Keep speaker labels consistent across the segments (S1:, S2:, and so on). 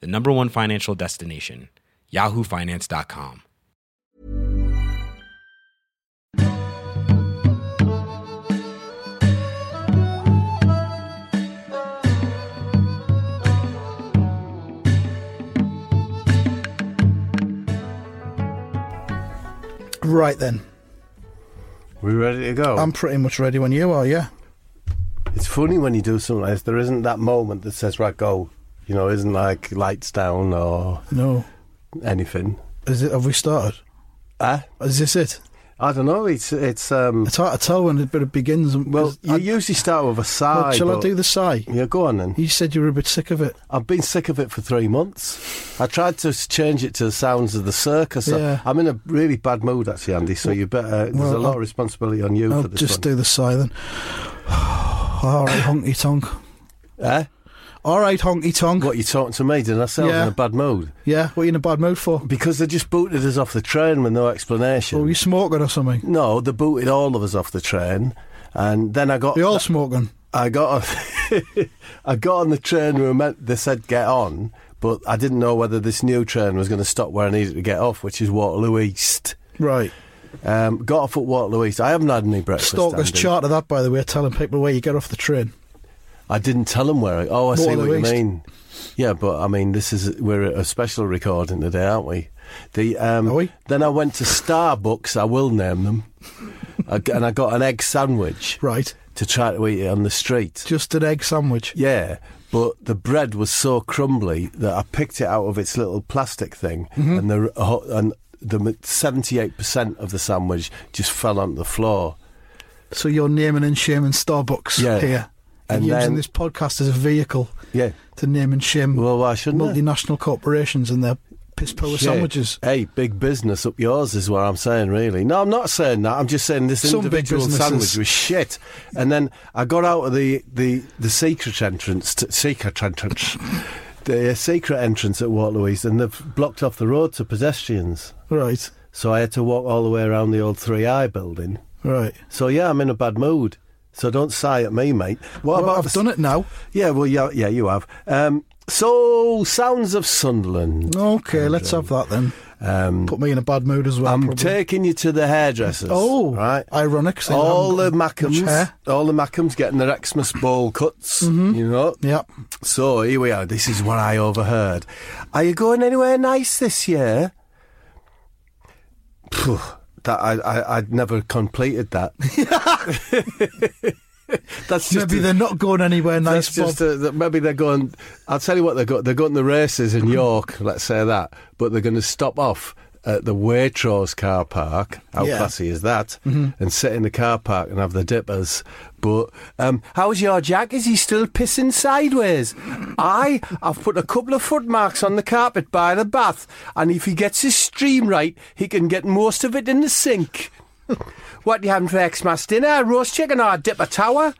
S1: the number one financial destination, yahoofinance.com.
S2: Right then,
S3: We ready to go?
S2: I'm pretty much ready when you are. Yeah,
S3: it's funny when you do something like this. There isn't that moment that says, right, go. You know, isn't like lights down or
S2: no,
S3: anything.
S2: is it? Have we started?
S3: Uh,
S2: Is this it?
S3: I don't know. It's, it's, um,
S2: It's hard to tell when it but it begins. and-
S3: well,
S2: is-
S3: you
S2: I-
S3: usually start with a sigh.
S2: well, shall I
S3: but-
S2: do the sigh?
S3: Yeah, go on then.
S2: You said you were a bit sick of it.
S3: I've been sick of it for three months. I tried to s- change it to the sounds of the circus. I-
S2: Yeah.
S3: I'm in a really bad mood, actually, Andy, so you better. There's
S2: Well,
S3: a lot
S2: I'll-
S3: of responsibility on you
S2: I'll
S3: for this
S2: just
S3: one.
S2: do the sigh then. All right, honky tonk.
S3: Eh?
S2: All right, honky tonk.
S3: What, you talking to me? Did I say I was
S2: Yeah.
S3: in a bad mood?
S2: Yeah, what are you in a bad mood for?
S3: Because they just booted us off the train with no explanation.
S2: Oh, were you smoking or something?
S3: No, they booted all of us off the train, and then I got
S2: We all smoking.
S3: I got on, I got on the train. We were meant they said get on, but I didn't know whether this new train was going to stop where I needed to get off, which is Waterloo East.
S2: Right.
S3: Um, got off at Waterloo East. I haven't had any breakfast.
S2: Stalkers
S3: Andy.
S2: chart of that, by the way, telling people where you get off the train.
S3: I didn't tell them where. I, oh, I see what
S2: Waterloo
S3: you
S2: East.
S3: mean. Yeah, but I mean, this is we're at a special recording today, aren't we? The um,
S2: Are we?
S3: then I went to Starbucks. I will name them, I g- and I got an egg sandwich.
S2: Right.
S3: to try to eat it on the street.
S2: Just an egg sandwich.
S3: Yeah, but the bread was so crumbly that I picked it out of its little plastic thing, and the uh, and the seventy-eight percent of the sandwich just fell onto the floor.
S2: So you're naming and shaming Starbucks
S3: Yeah.
S2: here. And
S3: And
S2: using
S3: then-
S2: this podcast as a vehicle
S3: Yeah.
S2: to name and shame
S3: Well, why shouldn't I?
S2: multinational corporations and their piss poor
S3: Shit.
S2: sandwiches.
S3: Hey, big business up yours is what I'm saying, really. No, I'm not saying that. I'm just saying this
S2: Some big
S3: individual
S2: businesses.
S3: sandwich was shit. And then I got out of the, the, the secret entrance, t- secret entrance, the secret entrance at Waterloo East, and they've blocked off the road to pedestrians.
S2: Right.
S3: So I had to walk all the way around the old 3i building.
S2: Right.
S3: So yeah, I'm in a bad mood. So don't sigh at me, mate. What
S2: Well,
S3: about
S2: I've
S3: the s-
S2: done it now.
S3: Yeah, well, yeah, yeah, you have. Um, so, Sounds of Sunderland.
S2: Okay, let's have that then.
S3: Um,
S2: Put me in a bad mood as well.
S3: I'm
S2: probably.
S3: taking you to the hairdressers.
S2: Oh,
S3: right.
S2: ironic. 'cause I
S3: All the
S2: haven't got much
S3: Macams,
S2: hair. Mm-hmm.
S3: all the Macams getting their Xmas bowl cuts. You know.
S2: Yeah.
S3: So here we are. This is what I overheard. Are you going anywhere nice this year? Phew, that I, I I'd never completed that. That's just
S2: Maybe
S3: a-
S2: they're not going anywhere nice,
S3: that's
S2: Bob.
S3: just a, that maybe they're going. I'll tell you what they're going. They're going to races in York. let's say that, but they're going to stop off at the Waitrose car park. How
S2: Yeah. Mm-hmm.
S3: classy is that? And sit in the car park and have the dippers. But um, how's your Jack? Is he still pissing sideways? I I've put a couple of foot marks on the carpet by the bath, and if he gets his stream right, he can get most of it in the sink. What do you having for Xmas dinner? Roast chicken or a dipper tower?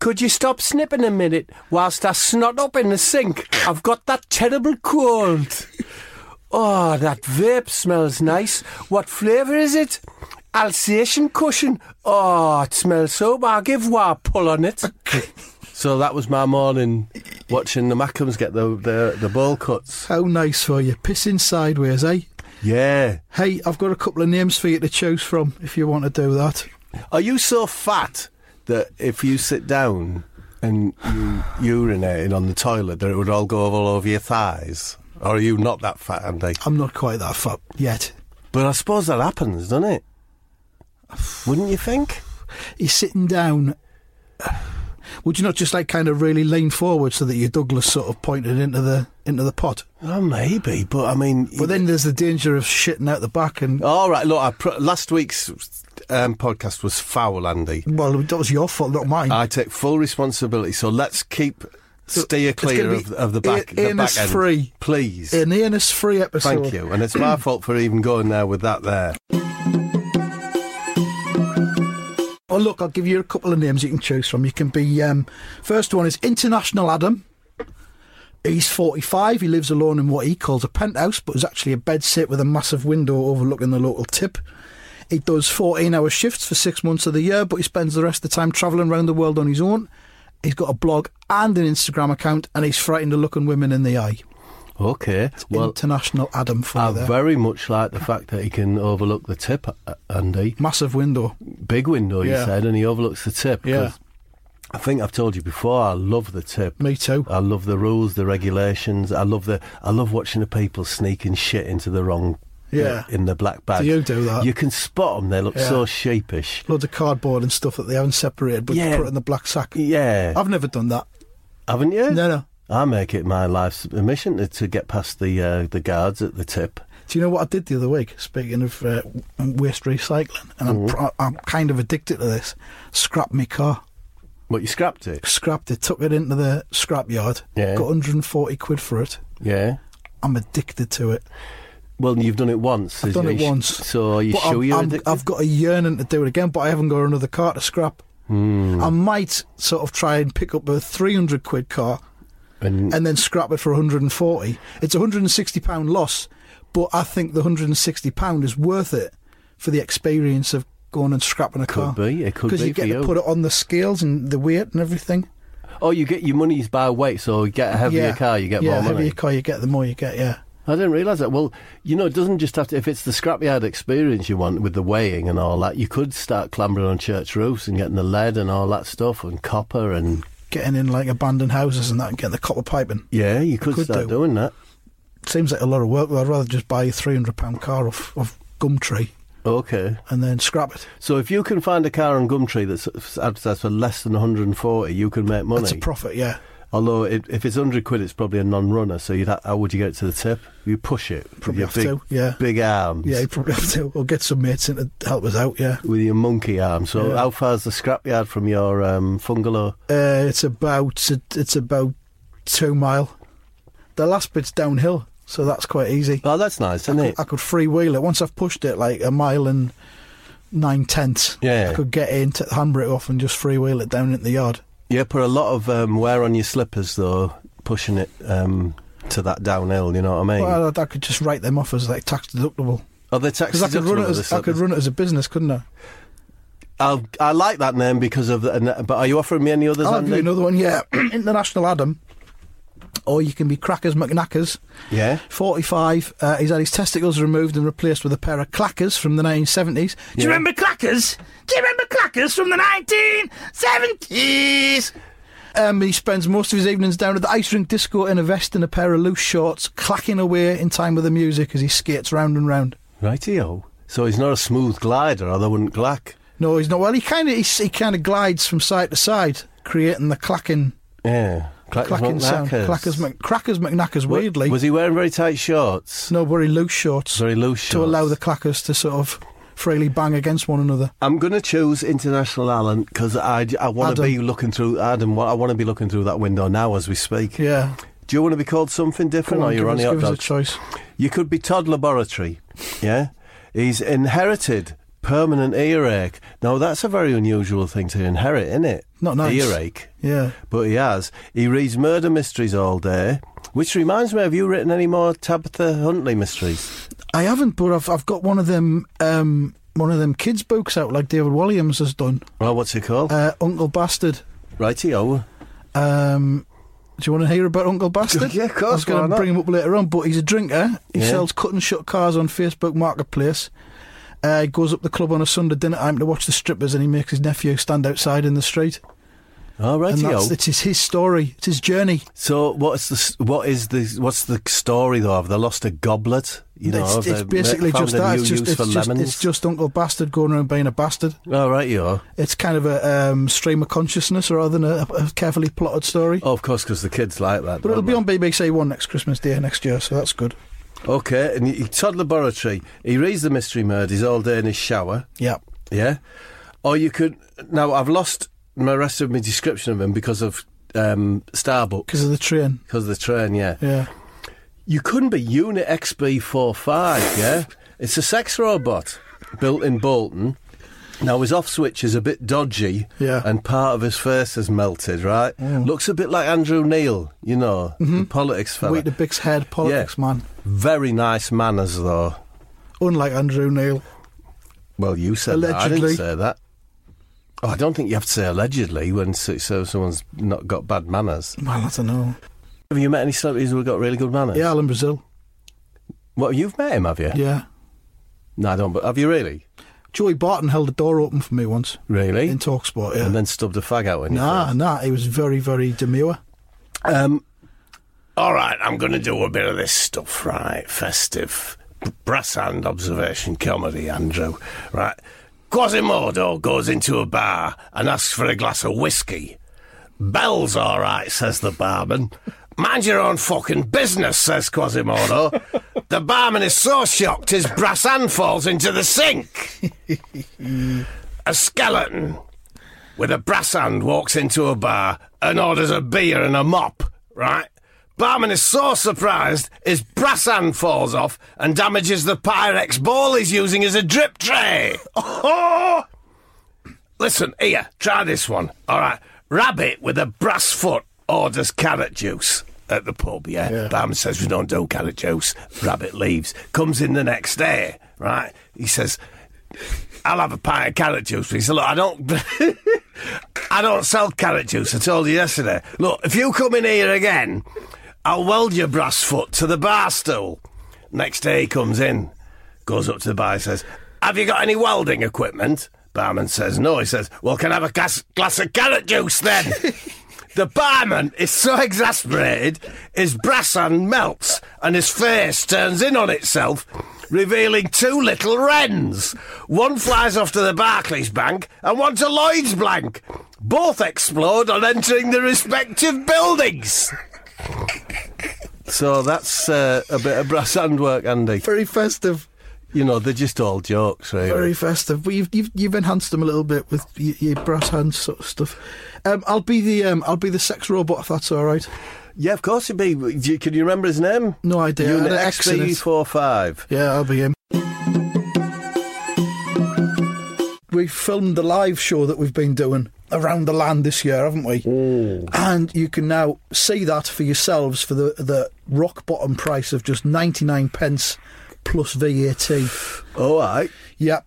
S3: Could you stop snipping a minute whilst I snot up in the sink? I've got that terrible cold. Oh, that vape smells nice. What flavour is it? Alsatian cushion. Oh, it smells so bad. I'll give one pull on it. so that was my morning watching the Macams get the, the, the ball cuts.
S2: How nice for you. Pissing sideways, eh?
S3: Yeah.
S2: Hey, I've got a couple of names for you to choose from if you want to do that.
S3: Are you so fat that if you sit down and you urinated on the toilet, that it would all go all over your thighs? Or are you not that fat, Andy?
S2: I'm not quite that fat yet.
S3: But I suppose that happens, doesn't it? Wouldn't you think?
S2: He's sitting down. Would you not just like kind of really lean forward so that your Douglas sort of pointed into the into the pot?
S3: Well, maybe, but I mean.
S2: But then there's the danger of shitting out the back, and
S3: All right, look, I pr- last week's um, podcast was foul, Andy.
S2: well, that was your fault, not mine.
S3: I take full responsibility, so let's keep Steer
S2: it's gonna
S3: clear
S2: be
S3: of, of the
S2: Ian-
S3: back, the
S2: Ian
S3: back
S2: is
S3: end,
S2: free.
S3: please.
S2: An Ianus free episode.
S3: Thank you, and it's my fault for even going there with that there.
S2: Oh, look, I'll give you a couple of names you can choose from. You can be, um, first one is International Adam. He's 45. He lives alone in what he calls a penthouse, but is actually a bed sit with a massive window overlooking the local tip. He does 14 hour shifts for six months of the year, but he spends the rest of the time travelling around the world on his own. He's got a blog and an Instagram account, and he's frightened of looking women in the eye.
S3: Okay, well,
S2: International Adam for
S3: I
S2: you there.
S3: very much like the fact that he can overlook the tip, uh, Andy.
S2: massive window.
S3: Big window, you
S2: Yeah.
S3: said, and he overlooks the tip. 'cause
S2: Yeah.
S3: I think I've told you before. I love the tip.
S2: Me too.
S3: I love the rules, the regulations. I love the. I love watching the people sneaking shit into the wrong. uh,
S2: Yeah.
S3: In the black bag.
S2: Do you do that?
S3: You can spot them. They look
S2: Yeah.
S3: so sheepish.
S2: Loads of cardboard and stuff that they haven't separated, but
S3: Yeah.
S2: put in the black sack.
S3: Yeah.
S2: I've never done that.
S3: Haven't you?
S2: Oh. No, no.
S3: I make it my life's mission to, to get past the uh, the guards at the tip.
S2: Do you know what I did the other week? Speaking of uh, waste recycling, and I'm, pr- I'm kind of addicted to this. Scrapped my car,
S3: What you scrapped it?
S2: scrapped it, took it into the scrap yard,
S3: Yeah.
S2: got 140 quid for it.
S3: Yeah.
S2: I'm addicted to it.
S3: Well, you've done it once.
S2: I've
S3: is-
S2: done
S3: are
S2: it
S3: you sh-
S2: once.
S3: So are you
S2: but
S3: sure
S2: I'm,
S3: you're
S2: I'm-
S3: addicted?
S2: I've got a yearning to do it again, but I haven't got another car to scrap.
S3: Hmm.
S2: I might sort of try and pick up a 300 quid car
S3: and,
S2: and then scrap it for 140. It's a 160 pound loss, but I think the 160 pound is worth it for the experience of going and scrapping a car.
S3: could be. It could
S2: because
S3: be
S2: you get
S3: for
S2: to
S3: you.
S2: put it on the scales and the weight and everything.
S3: oh, you get your money's by weight. So you get a heavier
S2: yeah.
S3: car, you get
S2: yeah,
S3: more money.
S2: heavier car you get, the more you get. Yeah,
S3: I didn't realise that. Well, you know, it doesn't just have to. If it's the scrapyard experience you want with the weighing and all that, you could start clambering on church roofs and getting the lead and all that stuff and copper and
S2: getting in like abandoned houses and that, and getting the copper piping.
S3: yeah, you could,
S2: Could
S3: start
S2: do.
S3: doing that.
S2: Seems like a lot of work. Though. I'd rather just buy a 300 pound car off of Gumtree
S3: Okay.
S2: and then scrap it.
S3: So if you can find a car on Gumtree that's advertised for less than 140, you can make money.
S2: That's a profit. Yeah,
S3: Although it, if it's 100 quid, it's probably a non-runner. So you'd ha- how would you get it to the tip? You push it with
S2: probably
S3: your
S2: have
S3: big,
S2: to. Yeah,
S3: big arms.
S2: yeah, you probably have to. Or get some mates in to help us out. Yeah.
S3: With your monkey arm. So
S2: Yeah.
S3: how far's the scrapyard from your um, bungalow?
S2: Uh, it's about it's about two mile. The last bit's downhill, so that's quite easy.
S3: Oh, that's nice, isn't it?
S2: I could freewheel it once I've pushed it like a mile and nine tenths.
S3: Yeah.
S2: I could get in, take the handbrake off, and just freewheel it down into the yard.
S3: Yeah, put a lot of um, wear on your slippers though, pushing it um, to that downhill. You know what I mean?
S2: Well, I, I could just write them off as like tax deductible
S3: Are they
S2: because
S3: tax
S2: I could run
S3: deductible?
S2: it
S3: the
S2: as I could
S3: slippers?
S2: run it as a business, couldn't I?
S3: I'll, I like that name because of. The, and that- but are you offering me any others?
S2: I'll give you
S3: Andy?
S2: another one. Yeah, International Adam, or you can be Crackers McKnackers.
S3: Yeah.
S2: 45. Uh, he's had his testicles removed and replaced with a pair of clackers from the 1970s. Do
S3: Yeah.
S2: you remember clackers? Do you remember clackers from the 1970s? Um, he spends most of his evenings down at the ice rink disco in a vest and a pair of loose shorts, clacking away in time with the music as he skates round and round.
S3: Rightio. So he's not a smooth glider, or they wouldn't glack.
S2: No, he's not. Well, he kind of he, he kind of glides from side to side, creating the clacking
S3: Yeah. Clackers
S2: clacking sound.
S3: McKnackers.
S2: Clackers, Mc, crackers, McKnackers.
S3: Wa-
S2: Weirdly,
S3: Was he wearing very tight shorts?
S2: no, very loose shorts.
S3: Very loose
S2: to
S3: shorts.
S2: allow the clackers to sort of freely bang against one another.
S3: I'm going to choose International Alan because I, I want to
S2: Adam.
S3: be looking through Adam. wa- I want to be looking through that window now as we speak.
S2: Yeah.
S3: Do you want to be called something different,
S2: Come
S3: or
S2: on,
S3: you're
S2: give
S3: on
S2: us,
S3: the hot
S2: give us a
S3: dogs?
S2: choice.
S3: You could be Todd Laboratory, yeah? He's inherited permanent earache. Now, that's a very unusual thing to inherit, isn't it?
S2: Not nice.
S3: Earache.
S2: Yeah.
S3: But he has. He reads murder mysteries all day, which reminds me, have you written any more Tabitha Huntley mysteries?
S2: I haven't, but I've I've got one of them um one of them kids books out like David Williams has done.
S3: Well, what's it called?
S2: Uh, Uncle Bastard.
S3: Righty-o.
S2: Um do you want to hear about Uncle Bastard?
S3: Yeah, of course,
S2: I was going
S3: why
S2: to
S3: not?
S2: bring him up later on, but he's a drinker. He
S3: Yeah.
S2: sells cut and shut cars on Facebook Marketplace. Uh, he goes up the club on a Sunday dinner time to watch the strippers, and he makes his nephew stand outside in the street.
S3: Oh,
S2: And
S3: righty-o.
S2: that's, it's his, his story. It's his journey.
S3: So, what's the s- what is the what's the story though? Have they lost a goblet? You know,
S2: it's,
S3: have
S2: it's
S3: they
S2: basically
S3: found
S2: just
S3: a
S2: that.
S3: new
S2: It's just,
S3: use for
S2: it's, just,
S3: lemons?
S2: it's just Uncle Bastard going around being a bastard.
S3: oh, right, you are.
S2: It's kind of a um, stream of consciousness rather than a, a carefully plotted story.
S3: Oh, of course, because the kids like that.
S2: but it'll
S3: don't
S2: be
S3: they?
S2: on BBC One next Christmas Day next year, so that's good.
S3: Okay, and he, Todd Laboratory, he reads the mystery murders all day in his shower,
S2: Yeah.
S3: yeah? Or you could. Now, I've lost my rest of my description of him because of um, Starbucks
S2: because of the train.
S3: because of the train, yeah.
S2: Yeah.
S3: You couldn't be Unit XB45, yeah? It's a sex robot built in Bolton. Now, his off switch is a bit dodgy,
S2: Yeah. Mm.
S3: and part of his face has melted, right? Looks a bit like Andrew Neil, you know, the politics fella.
S2: Mm-hmm. Wait the Bix head politics man.
S3: Very nice manners, though.
S2: Unlike Andrew Neil.
S3: Well, you said that. I
S2: Allegedly.
S3: didn't say that. Oh, I don't think you have to say allegedly when so, so someone's not got bad manners.
S2: Well, I don't know.
S3: Have you met any celebrities who've got really good manners?
S2: Yeah, Alan Brazil.
S3: Well, you've met him, have you?
S2: Yeah.
S3: No, I don't. But have you really?
S2: Joey Barton held the door open for me once
S3: Really?
S2: in Talksport. Yeah.
S3: and then stubbed a fag out in your
S2: Nah, nah, he was very, very demure.
S3: face. Um, all right, I'm going to do a bit of this stuff, right? Festive b- brass hand observation comedy, Andrew. Right, Quasimodo goes into a bar and asks for a glass of whiskey. Bell's all right, says the barman. Mind your own fucking business, says Quasimodo. the barman is so shocked his brass hand falls into the sink. a skeleton with a brass hand walks into a bar and orders a beer and a mop, right? Barman is so surprised his brass hand falls off and damages the Pyrex ball he's using as a drip tray. Oh! Listen, here, try this one. All right. Rabbit with a brass foot orders carrot juice at the pub, yeah? Barman says, We don't do carrot juice. Rabbit leaves. Comes in the next day, right? He says, I'll have a pint of carrot juice, please. Look, I don't, I don't sell carrot juice. I told you yesterday. Look, if you come in here again, I'll weld your brass foot to the bar stool. Next day he comes in, goes up to the bar, says, "Have you got any welding equipment?" Barman says, "No." He says, "Well, can I have a glass, glass of carrot juice then?" The barman is so exasperated, his brass hand melts and his face turns in on itself, revealing two little wrens. One flies off to the Barclays Bank and one to Lloyd's Bank. Both explode on entering their respective buildings. So that's uh, a bit of brass hand work, Andy.
S2: Very festive.
S3: You know, they're just all jokes, really.
S2: Very festive. But you've, you've you've enhanced them a little bit with your, your brass hands sort of stuff. Um, I'll be the um, I'll be the sex robot if that's all right.
S3: yeah, of course it'd be. Do you- Can you remember his name?
S2: No idea. I
S3: Unit
S2: had an X in it.
S3: XB45.
S2: Yeah, I'll be him. We filmed the live show that we've been doing around the land this year, haven't we? And you can now see that for yourselves for the, the rock bottom price of just 99 pence plus VAT.
S3: All right.
S2: Yeah,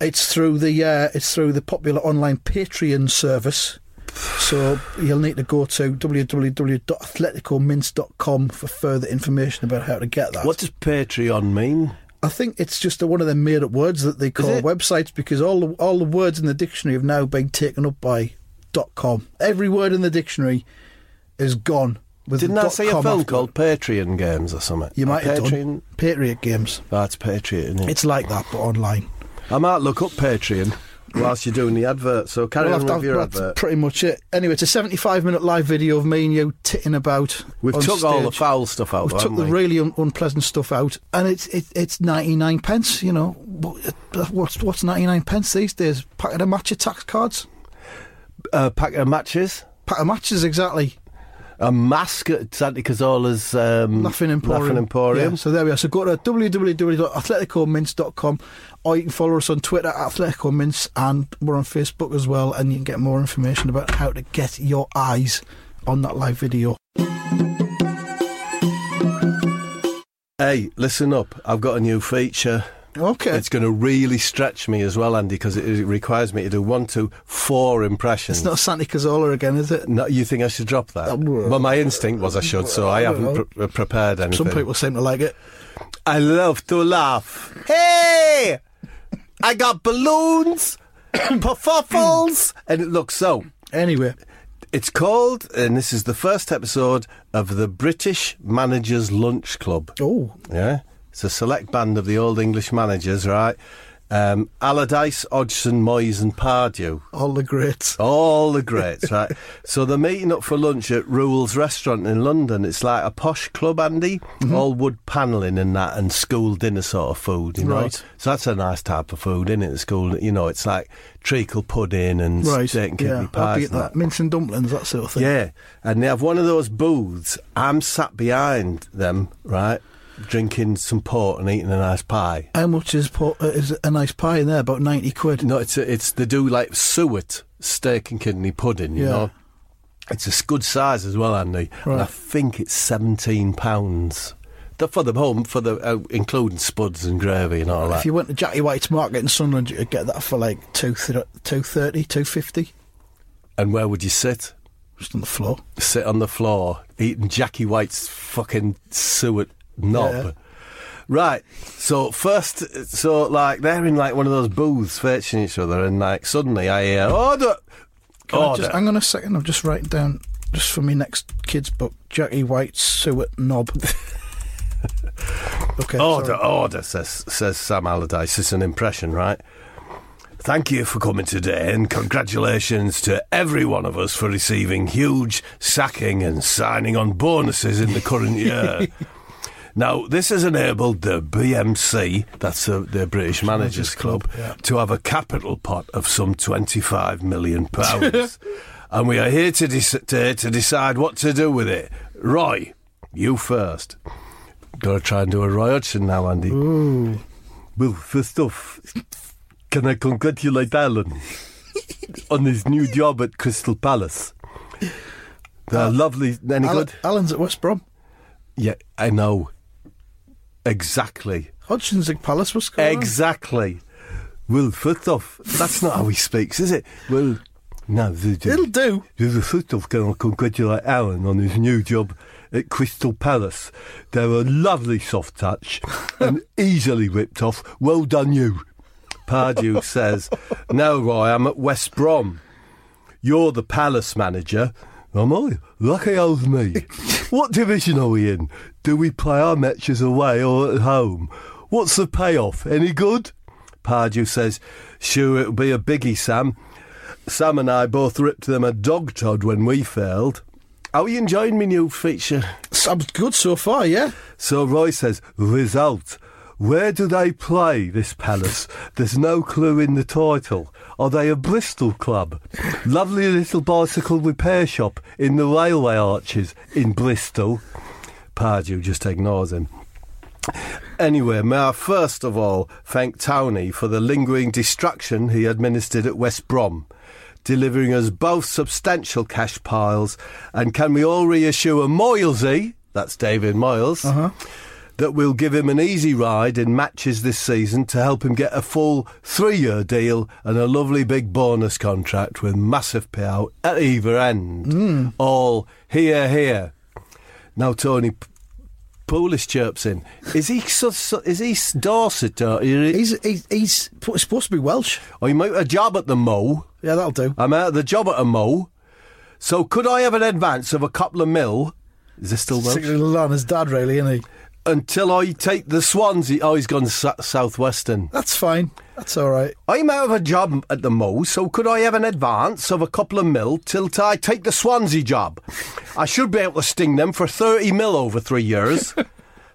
S2: it's through the uh, it's through the popular online Patreon service. So you'll need to go to www.atleticomints.com for further information about how to get that.
S3: What does Patreon mean?
S2: I think it's just one of them made up words that they call
S3: it?
S2: websites because all the, all the words in the dictionary have now been taken up by .com. Every word in the dictionary is gone. With
S3: Didn't
S2: the
S3: I
S2: dot
S3: see a
S2: com
S3: film
S2: after-
S3: called Patreon Games or something?
S2: You might
S3: Patreon.
S2: have done Patriot Games.
S3: Oh, it's Patreon. yeah.
S2: It's like that, but online.
S3: I might look up Patreon whilst you're doing the advert. So carry
S2: Well,
S3: on
S2: I've-
S3: with your
S2: I've- that's
S3: advert.
S2: pretty much it. Anyway, it's a 75 minute live video of me and you titting about.
S3: We've
S2: on
S3: took all the
S2: stage.
S3: foul stuff out.
S2: We've took the
S3: haven't we?
S2: really un- unpleasant stuff out, and it's it, it's 99 pence. You know What- what's what's 99 pence these days? Packet of match tax cards,
S3: uh, pack of matches,
S2: packet of matches exactly.
S3: a mask at Santa Cazorla's um,
S2: Laughing Emporium.
S3: Laughing Emporium.
S2: Yeah, so there we are. So go to www.atleticomints.com or you can follow us on Twitter at Atletico Mints and we're on Facebook as well and you can get more information about how to get your eyes on that live video.
S3: Hey, listen up! I've got a new feature.
S2: Okay.
S3: It's going to really stretch me as well, Andy, because it, it requires me to do one, two, four impressions.
S2: It's not Santa Cazorla again, is it?
S3: No, you think I should drop that?
S2: well-
S3: well, my instinct was I should, so I haven't pre- uh, prepared anything.
S2: Some people seem to like it.
S3: I love to laugh. Hey! I got balloons, puffuffles, and it looks so.
S2: Anyway,
S3: It's called, and this is the first episode of the British Managers Lunch Club.
S2: oh,
S3: Yeah? It's a select band of the old English managers, right? Um, Allardyce, Hodgson, Moyes, and Pardew.
S2: All the greats.
S3: Oh, All the greats, right? so they're meeting up for lunch at Rules Restaurant in London. It's like a posh club, Andy,
S2: Mm-hmm.
S3: all wood panelling and that, and school dinner sort of food, you know.
S2: Right.
S3: So that's a nice type of food, isn't it? The school, you know, it's like treacle pudding and
S2: Right.
S3: steak and
S2: yeah.
S3: kidney pies.
S2: I'd be at
S3: and
S2: that. Mince and dumplings, that sort of thing.
S3: yeah, and they have one of those booths. I'm sat behind them, right, drinking some port and eating a nice pie.
S2: How much is po- uh, is a nice pie in there? About ninety quid.
S3: No, it's it's they do like suet steak and kidney pudding. You
S2: Yeah.
S3: know, it's a good size as well, Andy. And I
S2: Right.
S3: think it's seventeen pounds. The- For the home, for the uh, including spuds and gravy and all that.
S2: If you went to Jackie White's Market in Sunderland, you could get that for like two th- two thirty, two fifty,
S3: and where would you sit?
S2: just on the floor.
S3: sit on the floor eating Jackie White's fucking suet knob.
S2: Yeah.
S3: Right, so first, so like they're in like one of those booths fetching each other, and like suddenly I hear order,
S2: Can I
S3: order.
S2: just, hang on a second. I'm just writing down just for my next kid's book, Jackie White's Suet Knob. okay.
S3: Order,
S2: sorry.
S3: order, says, says Sam Allardyce. It's an impression, right? Thank you for coming today, and congratulations to every one of us for receiving huge sacking and signing on bonuses in the current year. now, this has enabled the BMC, that's the, the British Managers Club, to have a capital pot of some £25 million. pounds. and we are here to, dec- to, to decide what to do with it. Roy, you first. Gotta try and do a Roy Hodgson now, Andy. Well, first off, can I congratulate Alan on his new job at Crystal Palace? They're lovely. Any
S2: Uh, Alan-
S3: good?
S2: Alan's at West Brom.
S3: Yeah, I know. Exactly.
S2: Hodgson's at Palace. What's going on?
S3: Exactly. Well, first off, that's not how he speaks, is it? Well, no. the- the-
S2: It'll do.
S3: There's a sort of going to congratulate Alan on his new job at Crystal Palace. They're a lovely soft touch and easily ripped off. Well done, you. Pardew says, No, Roy, I'm at West Brom. You're the Palace manager. Am I? Lucky old me. what division are we in? Do we play our matches away or at home? What's the payoff? Any good? Pardew says, Sure, it'll be a biggie, Sam. Sam and I both ripped them a dog tod when we failed. Are you enjoying my new feature?
S2: Sam's good so far, yeah.
S3: So Roy says, result. Where do they play this palace? There's no clue in the title. Are they a Bristol club? Lovely little bicycle repair shop in the railway arches in Bristol. Pardew just ignores him. Anyway, may I first of all thank Towney for the lingering distraction he administered at West Brom, delivering us both substantial cash piles, and can we all reassure Moylesy, that's David Moyles, that we'll give him an easy ride in matches this season to help him get a full three-year deal and a lovely big bonus contract with massive payout at either end. All here, here. Now, Tony, Polish chirps in. Is he so, so, is he s- Dorset or, or
S2: He's he's, he's pu- supposed to be Welsh.
S3: I'm out of job at the Mo?
S2: Yeah, that'll do.
S3: I'm out of the job at a Mo. So could I have an advance of a couple of mil? Is this still
S2: Six
S3: Welsh?
S2: Lana's dad, really, isn't he?
S3: Until I take the Swansea. Oh, he's gone sa- southwestern.
S2: That's fine. That's all right.
S3: I'm out of a job at the Mo, so could I have an advance of a couple of mil till I take the Swansea job? I should be able to sting them for 30 mil over three years.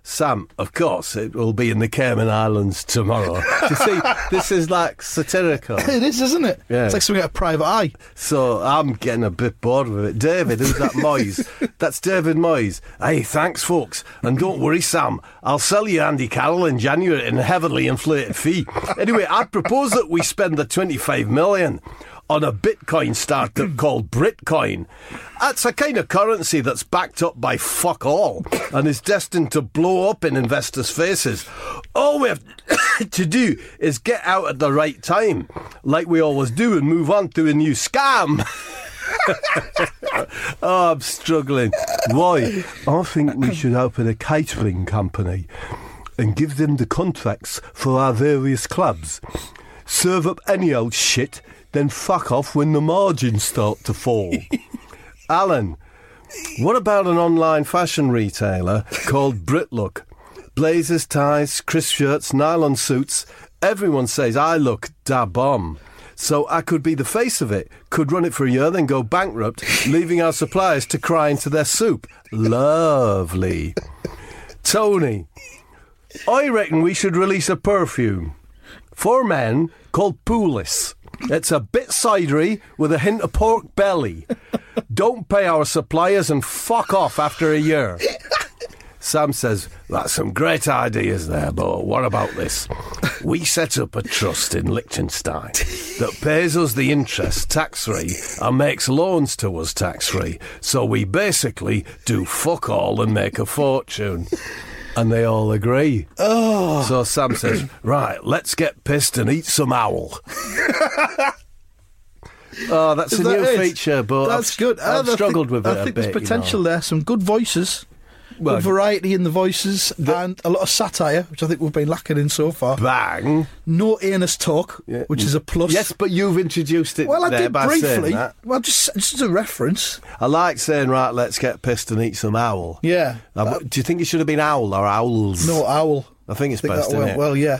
S3: Sam, of course, it will be in the Cayman Islands tomorrow. you see, this is like satirical.
S2: It is, isn't it?
S3: Yeah.
S2: It's like something out of Private Eye.
S3: So I'm getting a bit bored with it. David, who's that Moyes? That's David Moyes. Hey, thanks, folks. And don't worry, Sam. I'll sell you Andy Carroll in January in a heavily inflated fee. Anyway, I propose that we spend the 25 million on a Bitcoin startup called Britcoin. That's a kind of currency that's backed up by fuck all and is destined to blow up in investors' faces. All we have to do is get out at the right time, like we always do, and move on to a new scam. oh, I'm struggling. Why? I think we should open a catering company and give them the contracts for our various clubs. Serve up any old shit, then fuck off when the margins start to fall. Alan, what about an online fashion retailer called Britlook? Blazers, ties, crisp shirts, nylon suits, Everyone says I look da bomb. So I could be the face of it, could run it for a year, then go bankrupt, leaving our suppliers to cry into their soup. Lovely. Tony, I reckon we should release a perfume for men called Poulis. It's a bit cidery with a hint of pork belly. Don't pay our suppliers and fuck off after a year. Sam says, That's some great ideas there, but what about this? We set up a trust in Liechtenstein that pays us the interest tax free and makes loans to us tax free. So we basically do fuck all and make a fortune. And they all agree. Oh. So Sam says, Right, let's get pissed and eat some owl. oh, that's a
S2: Is that
S3: new
S2: it?
S3: feature, but
S2: that's
S3: I've,
S2: good.
S3: I've
S2: And I
S3: struggled
S2: think,
S3: with it
S2: I
S3: a
S2: think
S3: bit. you
S2: there's
S3: know.
S2: potential there. Some good voices,
S3: Well,
S2: good variety in the voices, and a lot of satire, which I think we've been lacking in so far.
S3: Bang.
S2: No anus talk, which is a plus.
S3: Yes, but you've introduced it.
S2: Well, I
S3: there
S2: did
S3: by saying
S2: briefly.
S3: that.
S2: Well, just just as a reference.
S3: I like saying, right, let's get pissed and eat some owl.
S2: Yeah.
S3: Uh, but do you think it should have been owl or owls?
S2: No owl.
S3: I think it's
S2: think
S3: best,
S2: that
S3: isn't
S2: went
S3: it?
S2: well. Yeah.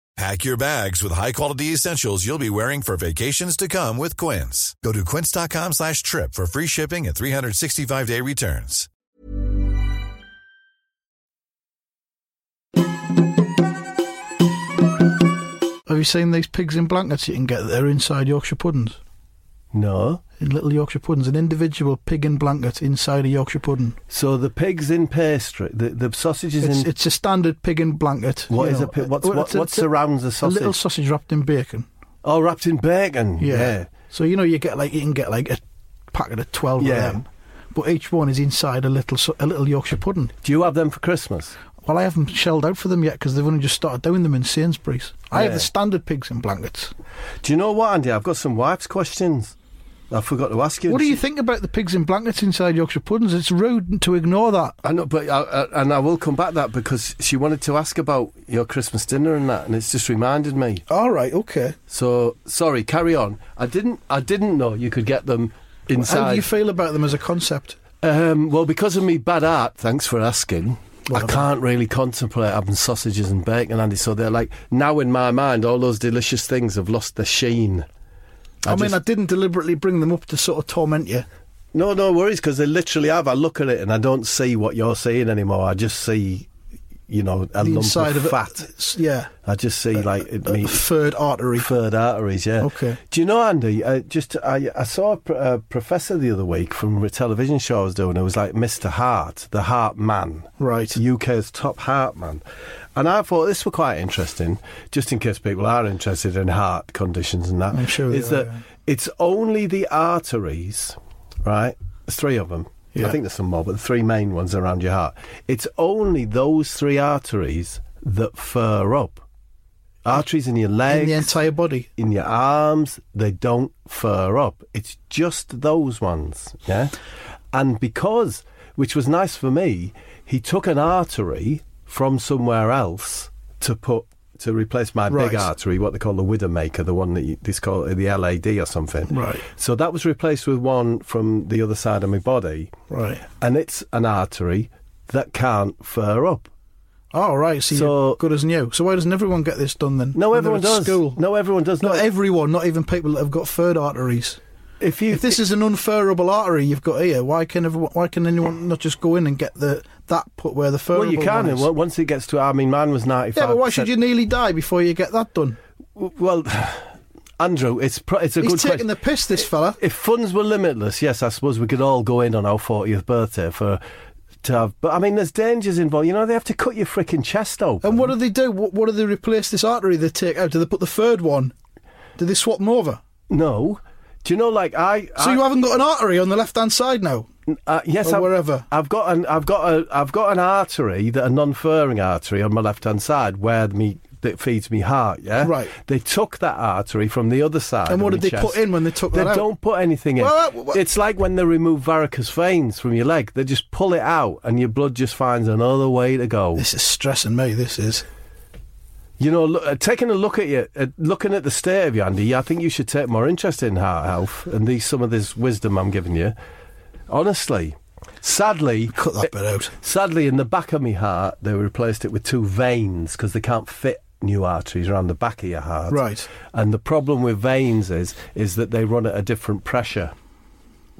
S4: Pack your bags with high-quality essentials you'll be wearing for vacations to come with Quince. Go to quince.com slash trip for free shipping and 365-day returns.
S2: Have you seen these pigs in blankets you can get that are inside Yorkshire puddings?
S3: No.
S2: In little Yorkshire puddings, an individual pig in blanket inside a Yorkshire pudding.
S3: So the pigs in pastry, the, the sausage is
S2: It's,
S3: in.
S2: it's a standard pig in blanket.
S3: What
S2: you
S3: is a pi- what's-
S2: well,
S3: what-
S2: it's a-
S3: what surrounds a
S2: A little
S3: sausage?
S2: sausage wrapped in bacon.
S3: oh, wrapped in bacon.
S2: Yeah. So you know you get like you can get like a packet of twelve
S3: Yeah.
S2: of them, but each one is inside a little so- a little Yorkshire pudding.
S3: Do you have them for Christmas?
S2: Well, I haven't shelled out for them yet because they've only just started doing them in Sainsbury's. I have
S3: Yeah.
S2: the standard pigs in blankets.
S3: Do you know what, Andy? I've got some wife's questions. I forgot to ask you.
S2: What do you think about the pigs in blankets inside Yorkshire puddings? It's rude to ignore that.
S3: I know, but I, I, and I will come back to that because she wanted to ask about your Christmas dinner and that, and it's just reminded me.
S2: All right, okay.
S3: So sorry, carry on. I didn't. I didn't know you could get them
S2: How do
S3: inside.
S2: you feel about them as a concept?
S3: um, well, because of me bad art. Thanks for asking. I can't really contemplate having sausages and bacon, Andy. So they're like now in my mind, all those delicious things have lost their sheen.
S2: I, mean,
S3: just-
S2: I didn't deliberately bring them up to sort of torment you.
S3: No, no worries, because they literally have. I look at it and I don't see what you're seeing anymore. I just see, you know, a
S2: the
S3: lump
S2: inside
S3: of,
S2: of it,
S3: fat.
S2: it's- yeah,
S3: I just see like it
S2: a
S3: me
S2: third artery.
S3: Third arteries, yeah.
S2: Okay.
S3: Do you know, Andy? Uh, just I, I saw a, pr- a professor the other week from a television show I was doing. It was like Mr. Hart, the Hart Man,
S2: Right.
S3: UK's top Hart Man, and I thought this were quite interesting. Just in case people are interested in heart conditions and that,
S2: I'm sure they
S3: is
S2: are,
S3: that
S2: yeah.
S3: it's only the arteries, right? There's three of them.
S2: Yeah.
S3: I think there's some more, but the three main ones around your heart. It's only those three arteries that fur up. Arteries in your legs,
S2: in the entire body.
S3: in your arms, they don't fur up. It's just those ones, yeah? And because, which was nice for me, he took an artery from somewhere else to put to replace my
S2: Right.
S3: big artery, what they call the widowmaker, the one that you, they call it the LAD or something.
S2: Right.
S3: So that was replaced with one from the other side of my body,
S2: Right.
S3: and it's an artery that can't fur up.
S2: All right. So,
S3: So-
S2: you're good as new. So why doesn't everyone get this done then?
S3: No,
S2: When they're at
S3: everyone does.
S2: School.
S3: No, everyone does.
S2: Not
S3: No,
S2: everyone, not even people that have got third arteries.
S3: If you
S2: If this is an unfurrable artery you've got here, why can everyone, why can anyone not just go in and get the that put where the furrable
S3: well, you can.
S2: one
S3: and
S2: is?
S3: on- Once it gets to, I mean, mine was ninety-five.
S2: yeah, but why should you nearly die before you get that done?
S3: Well, Andrew, it's pro- it's a
S2: He's
S3: good
S2: taking
S3: question.
S2: the piss, this fella.
S3: if funds were limitless, yes, I suppose we could all go in on our fortieth birthday for to have. But I mean, there's dangers involved. You know, they have to cut your freaking chest open.
S2: And what do they do? What, what do they replace this artery they take out? Do they put the third one? Do they swap them over?
S3: No, do you know? Like I,
S2: So
S3: I,
S2: you Oh, haven't got an artery on the left hand side now.
S3: Uh, yes,
S2: or
S3: I've-
S2: wherever.
S3: I've got an I've got a I've got an artery that a non-furring artery on my left hand side where me that feeds me heart. Yeah,
S2: Right.
S3: They took that artery from the other side.
S2: And
S3: of
S2: what
S3: me
S2: did they put
S3: chest.
S2: in when they took
S3: They
S2: that out?
S3: don't put anything in.
S2: Well, that- wha-
S3: It's like when they remove varicose veins from your leg. They just pull it out, and your blood just finds another way to go.
S2: This is stressing me. This is.
S3: You know, look, uh, taking a look at you, uh, looking at the state of you, Andy, I think you should take more interest in heart health and these some of this wisdom I'm giving you. Honestly, sadly,
S2: Cut that bit out.
S3: sadly, in the back of my heart, they replaced it with two veins because they can't fit new arteries around the back of your heart.
S2: Right.
S3: And the problem with veins is is that they run at a different pressure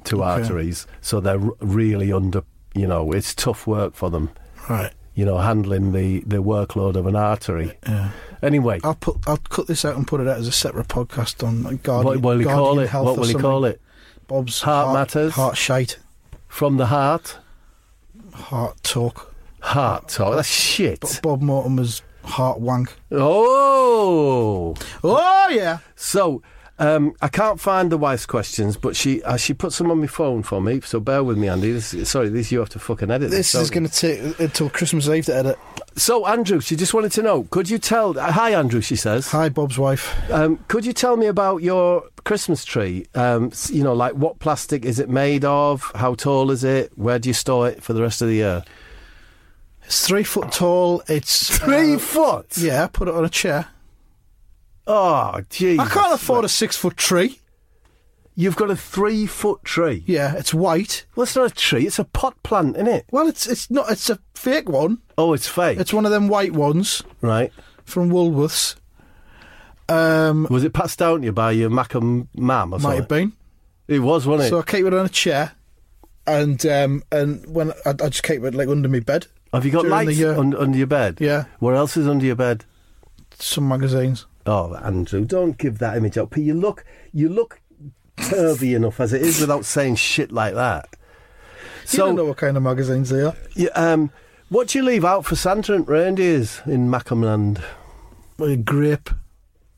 S3: to
S2: Okay.
S3: arteries, so they're r- really under. You know, it's tough work for them.
S2: Right.
S3: You know, handling the, the workload of an artery.
S2: Yeah.
S3: Anyway,
S2: I'll put. I'll cut this out and put it out as a separate podcast on like, Oh, Guardian.
S3: What will he
S2: Guardian
S3: call it?
S2: Health
S3: What
S2: or
S3: will he
S2: something.
S3: call it?
S2: Bob's
S3: Heart Matters?
S2: Heart shite.
S3: From the heart,
S2: Heart talk.
S3: heart talk. That's shit.
S2: But Bob Mortimer's heart wank.
S3: oh,
S2: Oh yeah.
S3: so um, I can't find the wife's questions, but she uh, she put some on my phone for me. So bear with me, Andy. This, sorry, this you have to fucking edit. This,
S2: This is
S3: don't you?
S2: going to take until Christmas Eve to edit.
S3: So Andrew, she just wanted to know. Could you tell? uh, Hi, Andrew. She says.
S2: Hi, Bob's wife.
S3: Um, could you tell me about your Christmas tree? Um, s- you know, like what plastic is it made of? How tall is it? Where do you store it for the rest of the year?
S2: It's three foot tall. It's
S3: Three
S2: uh,
S3: foot.
S2: yeah. Put it on a chair.
S3: Oh, jeez.
S2: I can't afford a six foot tree.
S3: You've got a three foot tree.
S2: Yeah, it's white.
S3: Well, it's not a tree, it's a pot plant, isn't it?
S2: Well, it's it's not. It's a fake one.
S3: Oh, it's fake.
S2: It's one of them white ones
S3: right.
S2: from Woolworths. Um,
S3: Was it passed down to you by your Mac and Mam or
S2: might
S3: something?
S2: have been.
S3: It was, wasn't it?
S2: So I keep it on a chair, and um, and when I, I just keep it like under my bed.
S3: have you got
S2: during the
S3: lights
S2: year-
S3: un- under your bed?
S2: Yeah,
S3: Where else is under your bed?
S2: some magazines.
S3: Oh, Andrew, don't give that image up. You look, you look curvy enough as it is without saying shit like that.
S2: you don't know
S3: So,
S2: what kind of magazines they are.
S3: you um, what do you leave out for Santa and reindeers in Macamland?
S2: A grape,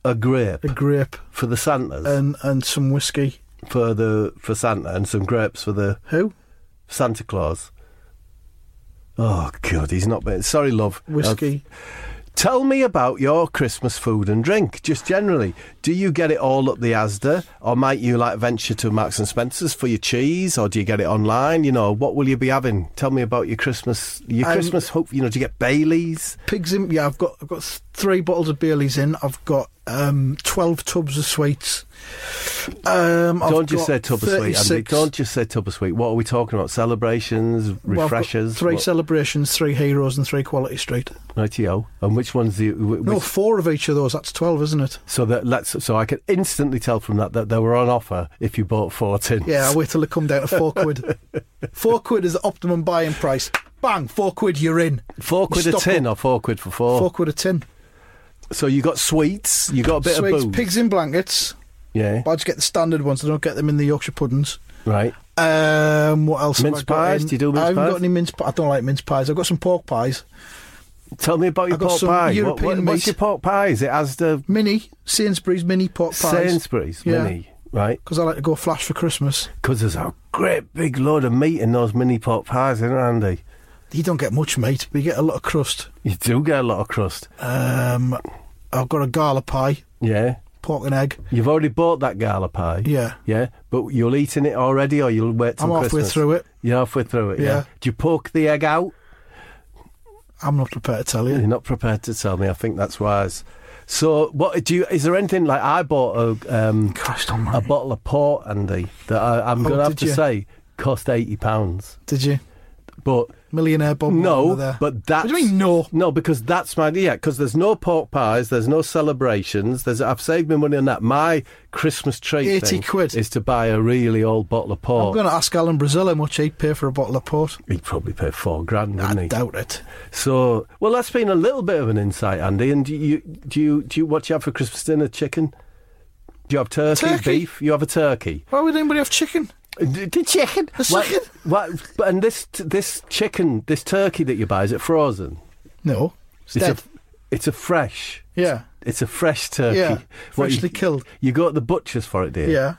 S3: A grape
S2: a grape,
S3: for the Santas,
S2: and and some whiskey.
S3: for the for Santa, and some grapes for the
S2: Who?
S3: Santa Claus. Oh God, he's not. Been, sorry, love.
S2: Whiskey.
S3: Uh, tell me about your Christmas food and drink, just generally. Do you get it all up the ASDA, or might you like venture to Marks and Spencers for your cheese, or do you get it online? You know, what will you be having? Tell me about your Christmas. Your
S2: Um,
S3: Christmas hope. You know, do you get Baileys?
S2: Pigs in. Yeah, I've got I've got th- three bottles of Bailey's in. I've got um, twelve tubs of sweets. Um, I've
S3: Don't just
S2: got
S3: say tub of sweet, Andy.
S2: 36
S3: Don't just say tub of sweet. What are we talking about? Celebrations,
S2: well, I've got
S3: refreshers.
S2: three
S3: What-
S2: celebrations, three heroes, and three quality street.
S3: Rightio. And which ones do you? wh-
S2: No,
S3: which-
S2: four of each of those. That's twelve, isn't it?
S3: So that let's so I could instantly tell from that that they were on offer if you bought fourteen.
S2: Yeah, I wait till they come down to four quid. four quid is the optimum buying price. Bang, four quid, you're in.
S3: Four quid a
S2: Stock
S3: tin
S2: up.
S3: or four quid for four.
S2: Four quid a tin.
S3: So you got sweets, Oh. you got a bit
S2: Sweets,
S3: of booze.
S2: pigs in blankets.
S3: yeah.
S2: But I just get the standard ones. I don't get them in the Yorkshire puddings.
S3: Right.
S2: Um, what else? have
S3: Mince
S2: I got
S3: pies?
S2: in?
S3: Do you do mince
S2: I haven't
S3: pies?
S2: got any mince. pi- I don't like mince pies. I've got some pork pies.
S3: Tell me about your
S2: I've got
S3: pork
S2: some
S3: pie.
S2: European
S3: What's
S2: meat.
S3: your pork pie? Is it as the
S2: Mini Sainsbury's mini pork pies
S3: Sainsbury's
S2: Yeah.
S3: mini? Right.
S2: because I like to go flash for Christmas.
S3: Because there's a great big load of meat in those mini pork pies, isn't there, Andy?
S2: You don't get much, mate, but you get a lot of crust.
S3: You do get a lot of crust.
S2: Um, I've got a gala pie,
S3: Yeah.
S2: pork and egg.
S3: You've already bought that gala pie.
S2: Yeah,
S3: Yeah. But you're eating it already or you'll wait till
S2: I'm halfway
S3: Christmas?
S2: through it.
S3: You're halfway through it, yeah.
S2: Yeah.
S3: Do you poke the egg out?
S2: I'm not prepared to tell you.
S3: You're not prepared to tell me. I think that's wise. So, what do you? Is there anything like I bought a um,
S2: Christ almighty.
S3: a bottle of port, Andy, that I, I'm
S2: Oh,
S3: going to have
S2: did
S3: to
S2: you?
S3: say cost eighty pounds,
S2: Did you?
S3: but
S2: Millionaire Bob.
S3: No,
S2: Marley there.
S3: but that's
S2: Oh, What do you mean no?
S3: No, because that's my yeah. Because there's no pork pies, there's no celebrations. There's I've saved my money on that. My Christmas treat
S2: 80
S3: thing
S2: quid.
S3: is to buy a really old bottle of
S2: I'm
S3: pork.
S2: going to ask Alan Brazil how much he'd pay for a bottle of port.
S3: He'd probably pay four grand, wouldn't
S2: I
S3: he?
S2: doubt it.
S3: So, well, that's been a little bit of an insight, Andy. And do you do you do you what you have for Christmas dinner? Chicken. Do you have turkey,
S2: Turkey?
S3: beef? You have a turkey.
S2: Why would anybody have chicken?
S3: The the chicken.
S2: The
S3: What-
S2: chicken?
S3: What, but and this this chicken, this turkey that you buy, is it frozen?
S2: No. It's,
S3: It's
S2: dead.
S3: a it's a fresh.
S2: yeah.
S3: It's a fresh turkey.
S2: Yeah.
S3: What,
S2: Freshly
S3: you,
S2: killed.
S3: you go to the butcher's for it, do you?
S2: Yeah.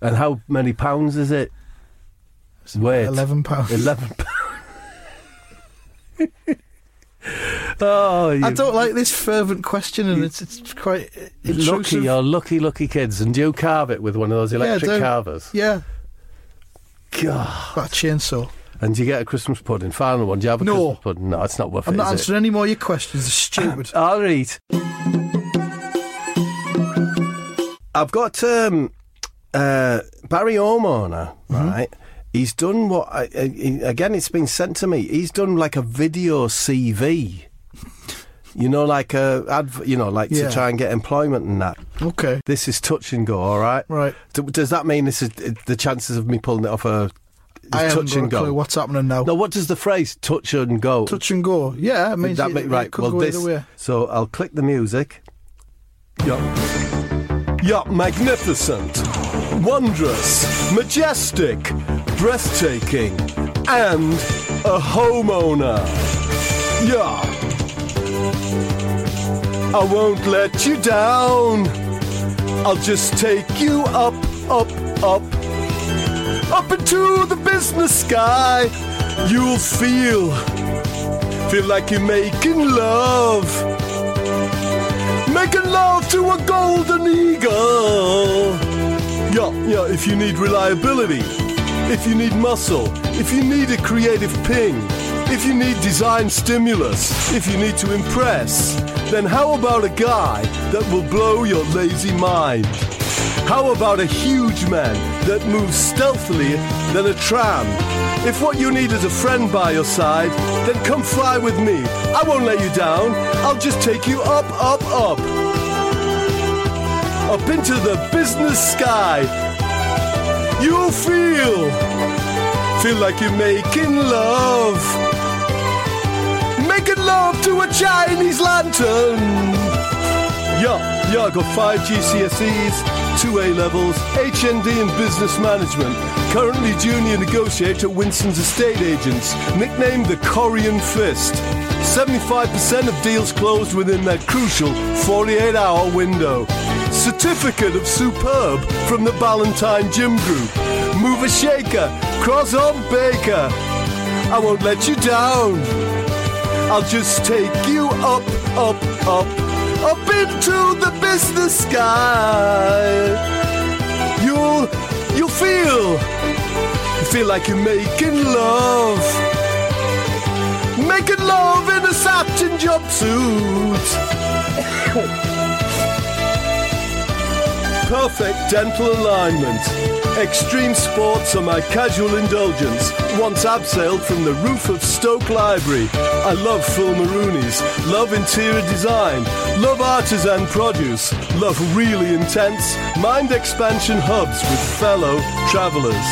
S3: And how many pounds is it? Wait.
S2: Eleven pounds.
S3: Eleven pounds. oh, you
S2: I don't like this fervent question, and it's it's quite
S3: lucky,
S2: intrusive.
S3: you're lucky, lucky kids. And do you carve it with one of those electric
S2: do.
S3: carvers?
S2: Yeah,
S3: God.
S2: got a chainsaw.
S3: And do you get a Christmas pudding? Final one. Do you have a
S2: No.
S3: Christmas pudding? No, it's not worth
S2: I'm
S3: it.
S2: not
S3: is it?
S2: answering any more of your questions. They're stupid.
S3: All right. I've got um, uh, Barry Ormona,
S2: Mm-hmm.
S3: right? He's done what, I, I, he- again, it's been sent to me. He's done like a video CV. You know, like a adv- you know, like
S2: Yeah.
S3: to try and get employment and that.
S2: Okay,
S3: This is touch and go, all right.
S2: right.
S3: Do- does that mean this is the chances of me pulling it off a is
S2: I haven't
S3: touch
S2: got a
S3: and go?
S2: clue what's happening now.
S3: No, what does the phrase touch and go?
S2: Touch and go. Yeah, I mean,
S3: that
S2: it,
S3: make-
S2: it
S3: right.
S2: could
S3: well,
S2: go
S3: this.
S2: either way.
S3: So I'll click the music. Yup. Yup, magnificent, wondrous, majestic, breathtaking, and a homeowner. Yeah. I won't let you down. I'll just take you up, up, up, up into the business sky. You'll feel Feel like you're making love. Making love to a golden eagle. Yeah, yeah, if you need reliability, if you need muscle, if you need a creative ping, if you need design stimulus, if you need to impress, then how about a guy that will blow your lazy mind? How about a huge man that moves stealthily than a tram? If what you need is a friend by your side, then come fly with me. I won't let you down. I'll just take you up, up, up. Up into the business sky. You'll feel, feel like you're making love. Making love to a Chinese lantern. Yeah, yeah, I got five GCSEs, two A levels, HND in business management. Currently junior negotiator at Winston's Estate Agents, nicknamed the Korean Fist. 75% of deals closed within that crucial 48 hour window. Certificate of Superb from the Ballantine Gym Group. Move a shaker, cross on Baker. I won't let you down. I'll just take you up, up, up, up into the business sky. You'll, you'll feel, feel like you're making love, making love in a satin jumpsuit. Perfect dental alignment. Extreme sports are my casual indulgence. Once abseiled from the roof of Stoke Library. I love full maroonies, love interior design, love artisan produce, love really intense mind expansion hubs with fellow travellers.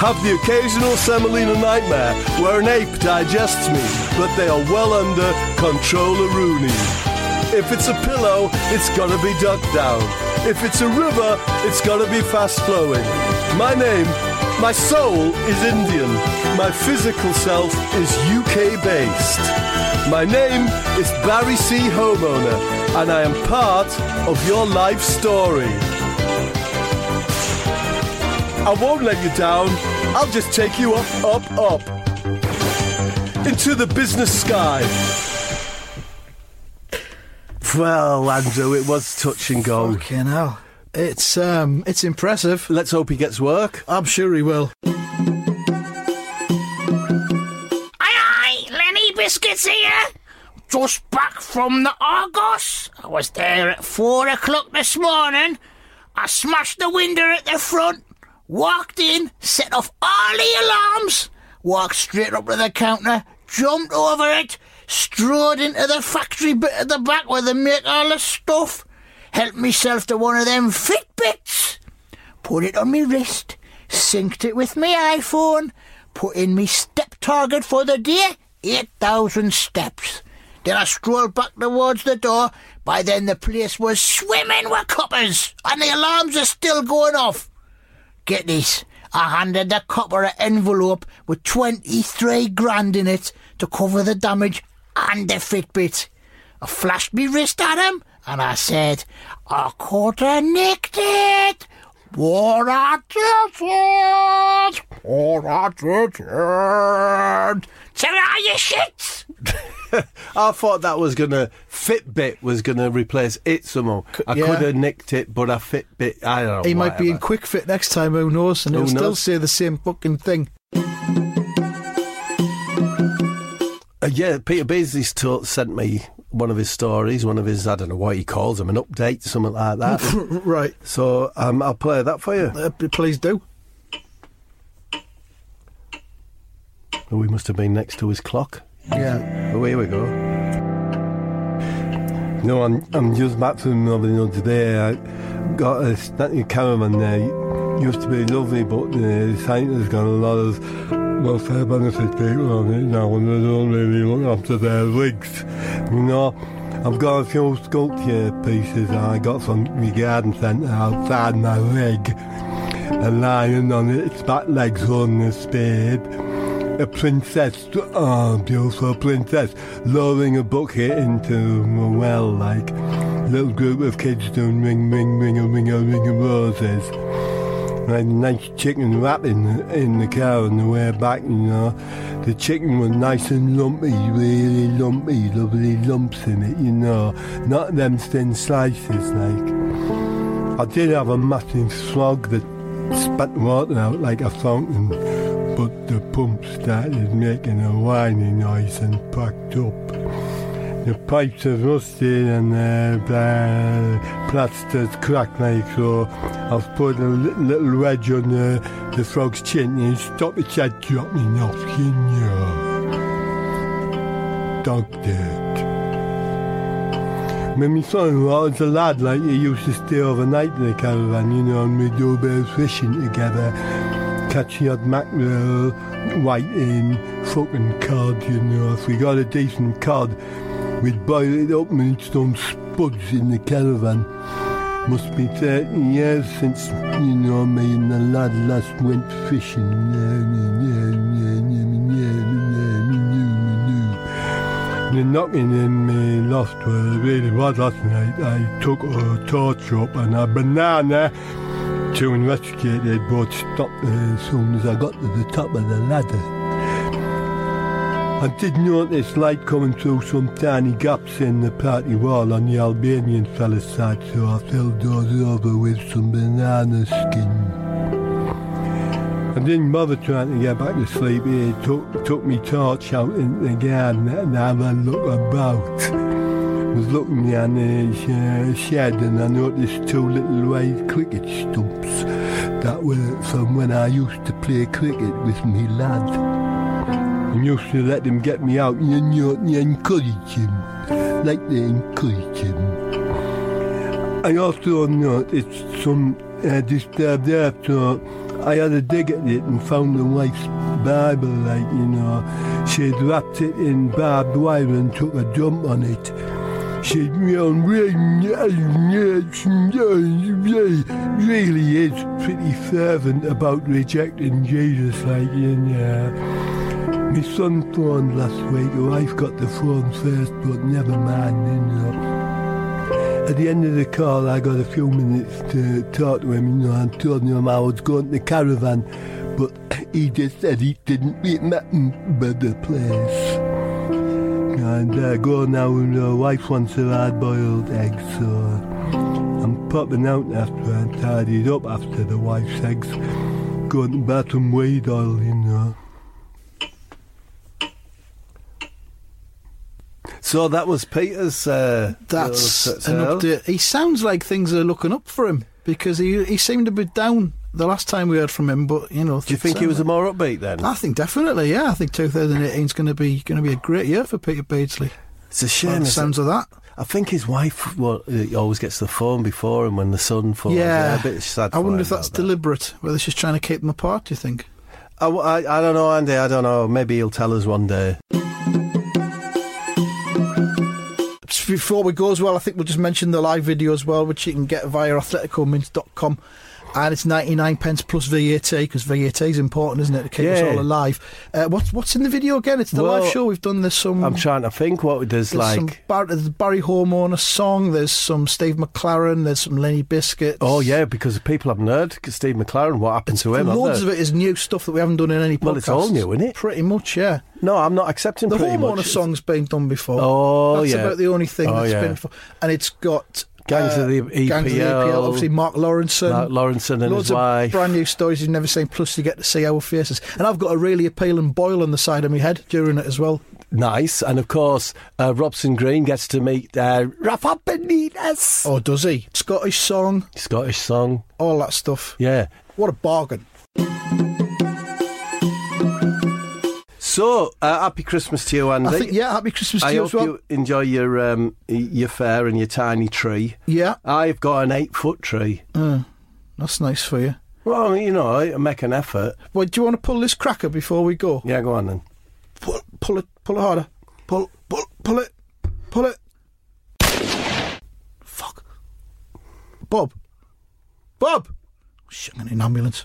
S3: Have the occasional semolina nightmare where an ape digests me, but they are well under control of Rooney. If it's a pillow, it's gonna be duck down. If it's a river, it's gonna be fast flowing. My name, my soul is Indian. My physical self is UK based. My name is Barry C. Homeowner, and I am part of your life story. I won't let you down. I'll just take you up, up, up. Into the business sky. Well, Andrew, it was touch and go.
S2: Fucking hell. It's um, it's impressive.
S3: Let's hope he gets work.
S2: I'm sure he will.
S5: Aye, aye, Lenny Biscuits here. Just back from the Argos. I was there at four o'clock this morning. I smashed the window at the front, walked in, set off all the alarms. walked straight up to the counter, jumped over it, strode into the factory bit at the back where they make all the stuff, helped myself to one of them Fitbits, put it on me wrist, synced it with my iPhone, put in me step target for the day, 8,000 steps. Then I strolled back towards the door. By then the place was swimming with coppers, and the alarms are still going off. Get this. I handed the copper an envelope with 23 grand in it to cover the damage and the Fitbit. I flashed me wrist at him and I said, I could have nicked it. What I did it. What I did it. So are you shits?
S3: I thought that was gonna Fitbit was gonna replace it somehow. I
S2: yeah.
S3: could have nicked it, but I Fitbit. I don't know.
S2: He might be in
S3: whatever.
S2: quick fit next time, who knows? And
S3: Who
S2: he'll still
S3: knows?
S2: say the same fucking thing.
S3: Uh, yeah, Peter Beasley's t- sent me one of his stories, one of his I don't know what he calls them, an update, something like that.
S2: right.
S3: so um, I'll play that for you.
S2: Uh, p- please do.
S3: We must have been next to his clock.
S2: Yeah.
S3: Oh, here we go. No, I'm, I'm just back from Melbourne you know, today. I got a stanky caravan there. It used to be lovely, but the site has got a lot of welfare benefit people on it now, and they don't really look after their legs. You know, I've got a few sculpture pieces I got from the garden centre outside my leg. A lion on its back legs holding a spade a princess, oh, beautiful princess, lowering a bucket into a well like a little group of kids doing ring, ring, ring, a ring, a ring of roses. I had a nice chicken wrap in the, in the car on the way back, you know. The chicken was nice and lumpy, really lumpy, lovely lumps in it, you know. Not them thin slices, like. I did have a massive slog that spat water out like a fountain, but the pump started making a whining noise and packed up. The pipes are rusted and the uh, plaster's cracked like so. I've put a li- little wedge on the, the frog's chin and stop its head dropping off, you know. Dog dirt. When my son was a lad, like he used to stay overnight in the caravan, you know, and we'd do a bit of fishing together, catch the odd mackerel, whiting, fucking cod, you know. If we got a decent cod, we'd boil it up and eat some spuds in the caravan. Must be 30 years since, you know, me and the lad last went fishing. The knocking in me loft where it really was last night. I took a torch up and a banana to investigate it, but stopped as soon as I got to the top of the ladder. I did notice light coming through some tiny gaps in the party wall on the Albanian fella's side, so I filled those over with some banana skin. I didn't bother trying to get back to sleep. It took, took me torch out into the garden and have a look about. was looking down the sh- uh, shed and I noticed two little white cricket stumps that were from when I used to play cricket with me lad. And used to let them get me out and you know, and encourage him, like they encourage him. I also noticed some uh, disturbed after I had a dig at it and found the wife's Bible, like, you know. She'd wrapped it in barbed wire and took a dump on it. She'd meown, really is pretty fervent about rejecting Jesus, like, you know. My son phoned last week, or I've got the phone first, but never mind, you know. At the end of the call, I got a few minutes to talk to him, you know, and told him I was going to the caravan, but he just said he didn't be remember the place. And I go now, and my wife wants a hard-boiled egg, so I'm popping out after I'm tidied up after the wife's eggs. Going to bat and weed oil, you know. So that was Peter's. Uh,
S2: That's an update. He sounds like things are looking up for him because he he seemed a bit down the last time we heard from him, but you know,
S3: Do you think he was a more upbeat then?
S2: I think definitely, yeah. I think 2018 is going to be going to be a great year for Peter Beardsley.
S3: It's a
S2: By
S3: shame.
S2: the
S3: isn't it?
S2: sounds of that.
S3: I think his wife well, uh, always gets the phone before him when the son phones.
S2: yeah,
S3: a bit sad.
S2: I
S3: for
S2: wonder
S3: him
S2: if that's
S3: about that.
S2: deliberate. Whether she's trying to keep them apart. Do you think?
S3: I, I, I don't know, Andy. I don't know. Maybe he'll tell us one day.
S2: Just Before we go as well, I think we'll just mention the live video as well, which you can get via athleticomints.com. And it's 99 pence plus VAT because VAT is important, isn't it, to keep us
S3: Yeah.
S2: all alive. Uh, what's what's in the video again? It's the
S3: Well,
S2: live show we've done. There's some
S3: I'm trying to think what there's
S2: Mm. there's some
S3: like.
S2: Bar- there's Barry Home on a song. There's some Steve McLaren. There's some Lenny Biscuits.
S3: Oh yeah, because people haven't heard Steve McLaren. What happened to him? haven't
S2: Loads
S3: they?
S2: of it is new stuff that we haven't done in any podcast.
S3: Well, it's all new, isn't it?
S2: Pretty much, yeah.
S3: No, I'm not accepting
S2: The
S3: pretty
S2: homeowner
S3: much.
S2: song's been done before.
S3: Oh,
S2: that's
S3: yeah.
S2: about the only thing
S3: Oh,
S2: that's
S3: yeah.
S2: been. For, and it's got
S3: Gangs
S2: uh,
S3: of the
S2: Gangs of the EPL.
S3: EPL,
S2: Obviously, Mark Lawrenson.
S3: Mark Lawrenson and
S2: Loads
S3: his
S2: of
S3: wife.
S2: brand new stories you've never seen. Plus, you get to see our faces. And I've got a really appealing boil on the side of my head during it as well.
S3: Nice, and of course, uh, Robson Green gets to meet uh, Rafa Benitez.
S2: Oh, does he? Scottish song,
S3: Scottish song,
S2: all that stuff.
S3: yeah.
S2: What a bargain!
S3: So, uh, happy Christmas to you, Andy.
S2: I think yeah. Happy Christmas to
S3: I
S2: you
S3: hope
S2: as well.
S3: you enjoy your um, y- your fair and your tiny tree.
S2: Yeah,
S3: I've got an eight foot tree.
S2: that's nice for you.
S3: Well, I mean, you know, I make an effort.
S2: Well, do you want to pull this cracker before we go?
S3: Yeah, go on then.
S2: Pull, pull it, pull it harder. Pull, pull, pull it, pull it. Fuck. Bob. Bob. Shit, I'm in an ambulance.